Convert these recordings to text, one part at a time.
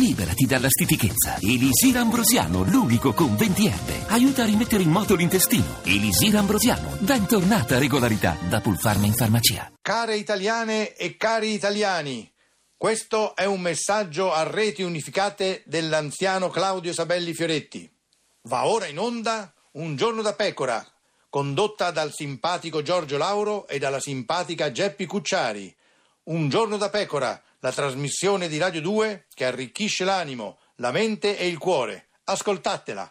liberarti dalla stitichezza. Elisir Ambrosiano, l'unico con 20 erbe. Aiuta a rimettere in moto l'intestino. Elisir Ambrosiano, bentornata regolarità da Pulfarma in farmacia. Care italiane e cari italiani, questo è un messaggio a reti unificate dell'anziano Claudio Sabelli Fioretti. Va ora in onda Un giorno da pecora, condotta dal simpatico Giorgio Lauro e dalla simpatica Geppi Cucciari. Un giorno da pecora, la trasmissione di Radio 2 che arricchisce l'animo, la mente e il cuore. Ascoltatela.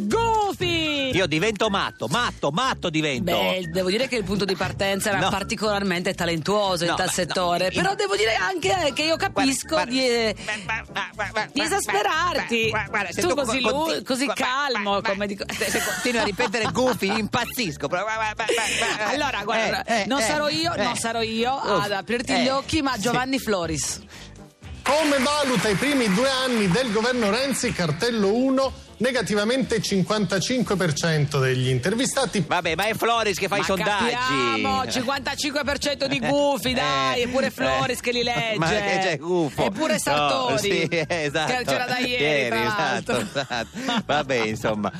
Goofy! Io divento matto, matto, matto divento. Beh, devo dire che il punto di partenza era No. particolarmente talentuoso in No, tal beh, no, settore, io- però devo dire anche eh, che io capisco Guarda, di... eh, guarda, guarda, guarda, di esasperarti. guarda, guarda, se Tu così co- lu- conti- così guarda, calmo, guarda, come dico- Se se continui a ripetere goofy, impazzisco. Guarda, guarda, guarda, guarda. Allora, guarda, Eh, eh, non eh, sarò io, eh. non sarò io Uff, ad aprirti eh, gli occhi, ma Giovanni Floris. Come valuta i primi due anni del governo Renzi, cartello 1, negativamente 55% degli intervistati. Vabbè, ma è Floris che fa Ma i sondaggi. capiamo, 55% di gufi, dai, Eh, eppure Floris eh. che li legge. Ma che c'è gufo. Eppure No, Sartori. sì, esatto. Che c'era da ieri, tra esatto, l'altro. esatto. Vabbè, insomma.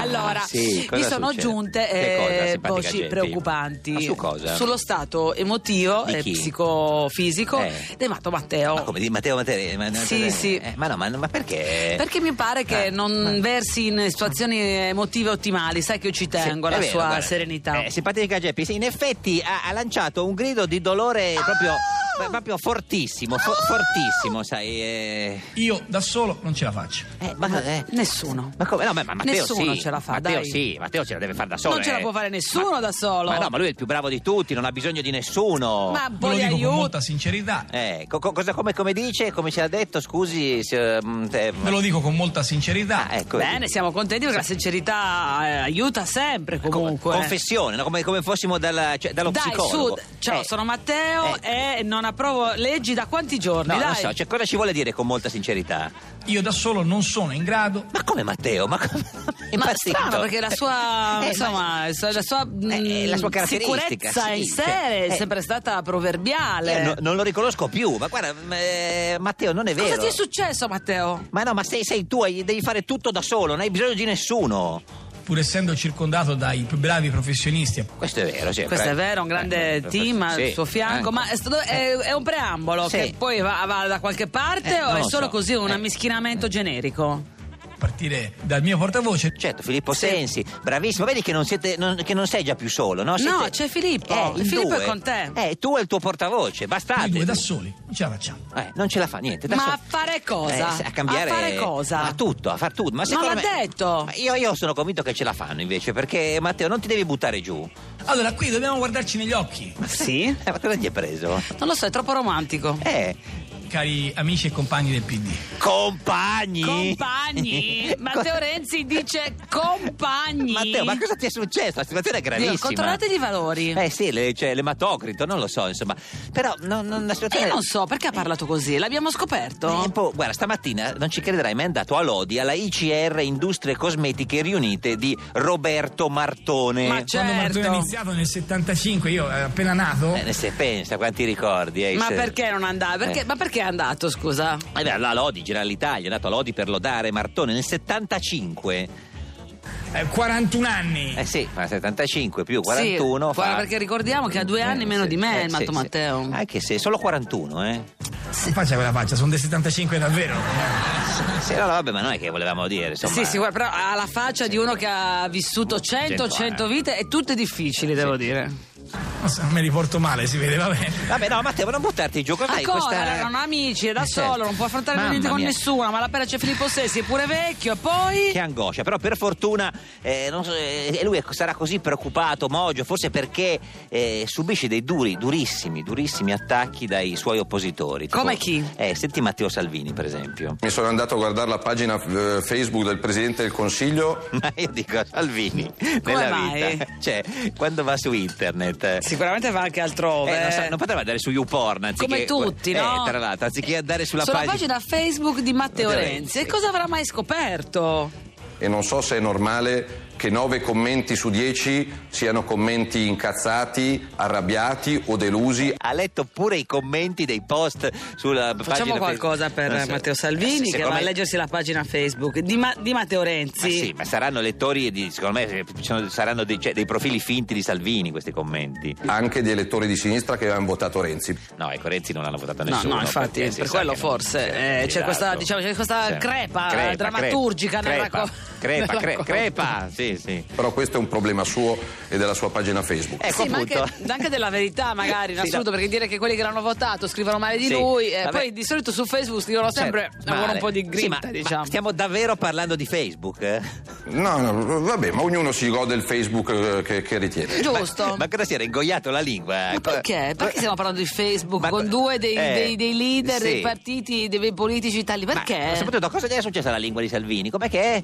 allora, sì, cosa mi sono succede? giunte Che cosa, eh, simpatica voci Geppi? preoccupanti Ma su cosa? sullo stato emotivo Di e chi? psicofisico Eh. di Mato Matteo. Ma come di Matteo Materi? ma- Sì, Materi- sì. eh, ma no, ma, ma perché? Perché mi pare che Ah, non versi in situazioni emotive ottimali, sai che io ci Sì, tengo è alla vero, sua guarda. serenità. Eh, simpatica Geppi, sì, in effetti ha, ha lanciato un grido di dolore proprio, Ah! proprio fortissimo, fo- fortissimo, sai. eh. Io da solo non ce la faccio. Eh, ma, eh, Nessuno. ma come? No, ma, ma Matteo Nessuno sì. ce la fa, Matteo dai. sì, Matteo ce la deve fare da solo. Non ce la eh. può fare nessuno da solo. Ma no, ma lui è il più bravo di tutti, non ha bisogno di nessuno. Ma Ve lo voi dico con molta aiuto. sincerità. Eh, co- co- cosa, come, come dice, come ce l'ha detto, scusi. se- mm, Eh, te- Ve lo dico con molta sincerità. Ah, ecco. Bene, siamo contenti perché la sincerità eh, aiuta sempre Co- comunque. Confessione, no? come, come fossimo dalla- cioè, dallo Dai, su, psicologo. d- ciao, Eh, sono Matteo e non approvo leggi da quanti giorni, No, dai. non so, cioè, cosa ci vuole dire con molta sincerità? Io da solo non sono in grado. Ma come Matteo? Eh, Ma come? È Ma impazzito. strano perché la sua, Eh, insomma, la sua, la sua, Eh, eh, la sua mh, caratteristica, sicurezza sì, in sé è eh. sempre stata proverbiale. Io no- non lo riconosco più, ma guarda, m- eh, Matteo, non è Cosa vero. ti è successo, Matteo? ma no, ma sei, sei tu, hai- devi fare tutto da solo, non hai bisogno di nessuno. Pur essendo circondato dai più bravi professionisti, Questo è vero, sì. Questo Eh, è vero, un grande eh, team al sì, suo fianco, eh. ma è, stato- è- è un preambolo Sì. che poi va, va da qualche parte Eh, o non è lo solo so. così un Eh. ammischinamento generico? a partire dal mio portavoce, cioè, Certo, Filippo Sì. Sensi, bravissimo. Vedi che non, siete, non- che non sei già più solo, no? Siete- No, c'è Filippo. Eh, in Filippo è due. con te. Eh, tu e il tuo portavoce, bastate. noi due da soli non ce la facciamo. Eh, non ce la fa niente. da Ma solo. a fare cosa? Eh, a cambiare. A fare cosa? A tutto, a far tutto. Ma Non l'ha secondo me- detto. Ma Io, io sono convinto che ce la fanno invece, perché Matteo non ti devi buttare giù. Allora, qui dobbiamo guardarci negli occhi, Sì? Eh, ma cosa gli hai preso? Non lo so, è troppo romantico. Eh, cari amici e compagni del PD. compagni! Compagni! Matteo Renzi dice compagni. Matteo, ma cosa ti è successo? La situazione è gravissima. Dio, controllate i valori. Eh sì, le- cioè, l'ematocrito, non lo so, insomma. Però non, non, la Eh, situazione... io non so perché ha parlato così, l'abbiamo Eh, scoperto. un po', guarda, stamattina non ci crederai, ma è andato a Lodi alla ICR Industrie Cosmetiche Riunite di Roberto Martone. Ma c'è- Quando Martone Certo. ha iniziato nel 75, io eh, appena nato, Eh, ne se pensa, quanti ricordi. eh, Ma se- perché non andava? Perché- Eh. Ma perché è andato, scusa? Eh beh, alla Lodi, gira l'Italia, è andato a Lodi per lodare Martone nel 75. eh, 41 anni. Eh sì, ma 75 più Sì, 41 fa... Eh, guarda, perché ricordiamo che ha due anni meno di me, il Matto Matteo. Anche se, solo 41, eh. Non Faccia quella faccia, sono del 75 davvero. Sì, allora vabbè, ma noi che volevamo dire, insomma. Sì, eh. sì, guarda, però ha la faccia di uno che ha vissuto 100, 100 vite e tutte difficili, devo dire. Non so, me li porto male, si vede, va bene. Vabbè, no, Matteo, non buttarti giù, cos'hai Ancora, questa... non ha amici, è da Eh, certo. solo, non può affrontare Mamma niente con mia. nessuno, ma la pena c'è Filippo Sessi, è pure vecchio, e poi... Che angoscia, però per fortuna eh, non so, eh, lui è- sarà così preoccupato, Mogio, forse perché eh, subisce dei duri, durissimi, durissimi attacchi dai suoi oppositori. Tipo- Come chi? Eh, senti Matteo Salvini, per esempio. Mi sono andato a guardare la pagina eh, Facebook del Presidente del Consiglio Ma io dico Salvini, nella mai? vita, cioè, quando va su internet eh, sicuramente va anche Eh, altrove. non, sa- non poteva andare su YouPorn Come anziché, tutti, eh, no? tra l'altro, anziché andare sulla Sulla pagina pagina Facebook di Matteo Matteo Renzi. Renzi. E cosa avrà mai scoperto? E non so se è normale che 9 commenti su 10 siano commenti incazzati, arrabbiati o delusi. ha letto pure i commenti dei post sulla Facciamo pagina qualcosa Facebook. per Non so. Matteo Eh, Salvini sì, che secondo va a me- leggersi la pagina Facebook di, Ma- di Matteo Renzi. Ma sì, ma saranno lettori di, secondo me eh, ci sono- saranno dei, cioè, dei profili finti di Salvini questi commenti. Anche di elettori di sinistra che avevano votato Renzi. No, ecco, Renzi non hanno votato No, nessuno. no, infatti, perché si per sa quello che non- forse sì, eh, c'è esatto. questa, diciamo, c'è questa Sì. crepa, eh, drammaturgica nella crepa, co- crepa, nella cre- co- crepa, sì, sì. Però questo è un problema suo e della sua pagina Facebook. Ecco sì, ma anche, appunto. anche della verità, magari in Sì, assoluto, no. perché dire che quelli che l'hanno votato scrivono male di Sì, lui, eh, vabbè. poi di solito su Facebook scrivono sempre Certo, "Vuole un male. po' di Sì, grinta, ma- ma diciamo. stiamo davvero parlando di Facebook? eh? No, no, vabbè, ma ognuno si gode il Facebook eh, che, che ritiene. Giusto. Ma cosa si era ingoiato la lingua? Ma perché? Perché stiamo parlando di Facebook Ma- con due dei, eh, dei- dei leader sì. dei partiti, dei politici italiani? Perché? Ma, soprattutto, cosa gli è successa alla lingua di Salvini? Com'è che è?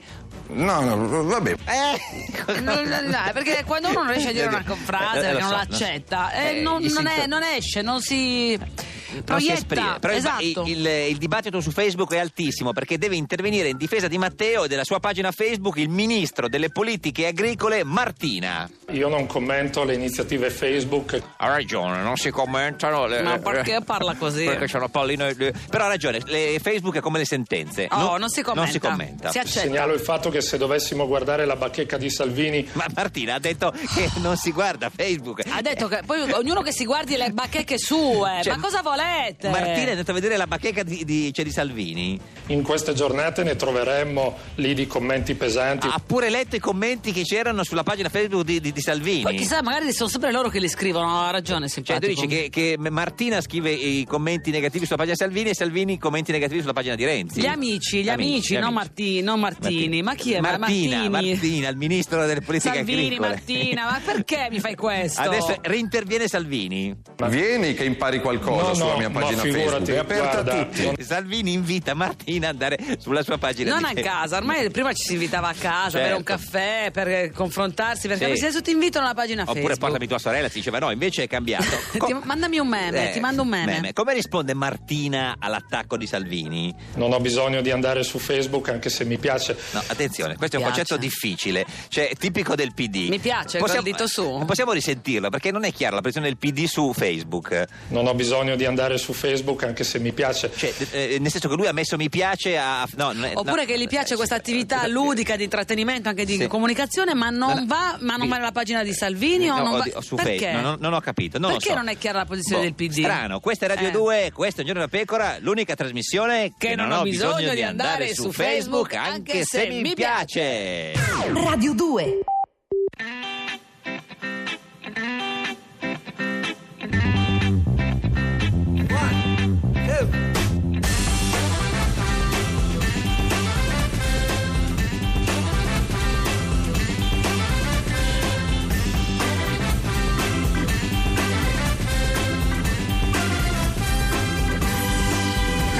No, no, vabbè. Eh, No, no, no, perché quando uno non riesce a dire una frase Eh, eh, perché lo non so, la lo so. accetta, eh, Eh, non, gli non si- è- non esce, non si non si proietta. esprime. Però il- esatto. il, il dibattito su Facebook è altissimo perché deve intervenire in difesa di Matteo e della sua pagina Facebook il ministro delle politiche agricole Martina. Io non commento le iniziative Facebook. Ha ragione, non si commentano. Le, eh, Ma perché parla così? Perché sono palline. Però ha ragione, le- Facebook è come le sentenze. Oh, No, non si commenta. Non si commenta. Si accetta. Segnalo il fatto che se dovessimo guardare la bacheca di Salvini, Ma Martina ha detto che non si guarda Facebook. Ha detto che poi ognuno che si guardi le bacheche sue, Cioè, ma cosa volete? Martina è andata a vedere la bacheca di, di- cioè di Salvini. in queste giornate ne troveremmo lì di commenti pesanti. Ha pure letto i commenti che c'erano sulla pagina Facebook di, di- di Salvini. Poi chissà, magari sono sempre loro che li scrivono, ha ragione Cioè, tu simpatico. dici che, che Martina scrive i commenti negativi sulla pagina di Salvini e Salvini i commenti negativi sulla pagina di Renzi. Gli amici, gli amici, non Marti- non Martini. Ma chi è? Ma- Martina, Martini? Martina, il ministro delle politiche Salvini, agricole. Martina, ma perché mi fai questo? Adesso reinterviene Salvini. Vieni che impari qualcosa No, sulla no, mia ma pagina figurati, Facebook. È aperta guarda, a tutti. non- Salvini invita Martina ad andare sulla sua pagina Non di a casa, ormai prima ci si invitava a casa, Certo. bere un caffè per eh, confrontarsi, per Sì. capire se adesso ti invito nella pagina Oppure Facebook. portami tua sorella, si diceva no, invece è cambiato. Eh, Ti- mandami un meme, ti mando un meme. Come risponde Martina all'attacco di Salvini? Non ho bisogno di andare su Facebook anche se mi piace. No, attenzione, questo è un Piace. concetto difficile, cioè tipico del PD. Mi piace, col dito su. Possiamo risentirlo perché non è chiara la posizione del PD su Facebook. Non ho bisogno di andare su Facebook anche se mi piace. Cioè, eh, nel senso che lui ha messo mi piace a. no, non è- Oppure no. che gli piace Eh, questa sì. attività ludica di intrattenimento, anche di Sì. comunicazione, ma non No, no. va, ma non Sì. va nella pagina di Salvini o No, non o va di- o su perché? Facebook, no, no, non ho capito. Non lo perché so. non è chiara la posizione del Boh, PD? Strano, questa è Radio Eh. 2, questo è Un Giorno da Pecora, l'unica trasmissione che, Che non ho bisogno di andare su su Facebook Facebook, anche se mi piace. Radio 2.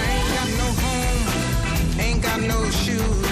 ain't got no home, ain't got no shoes.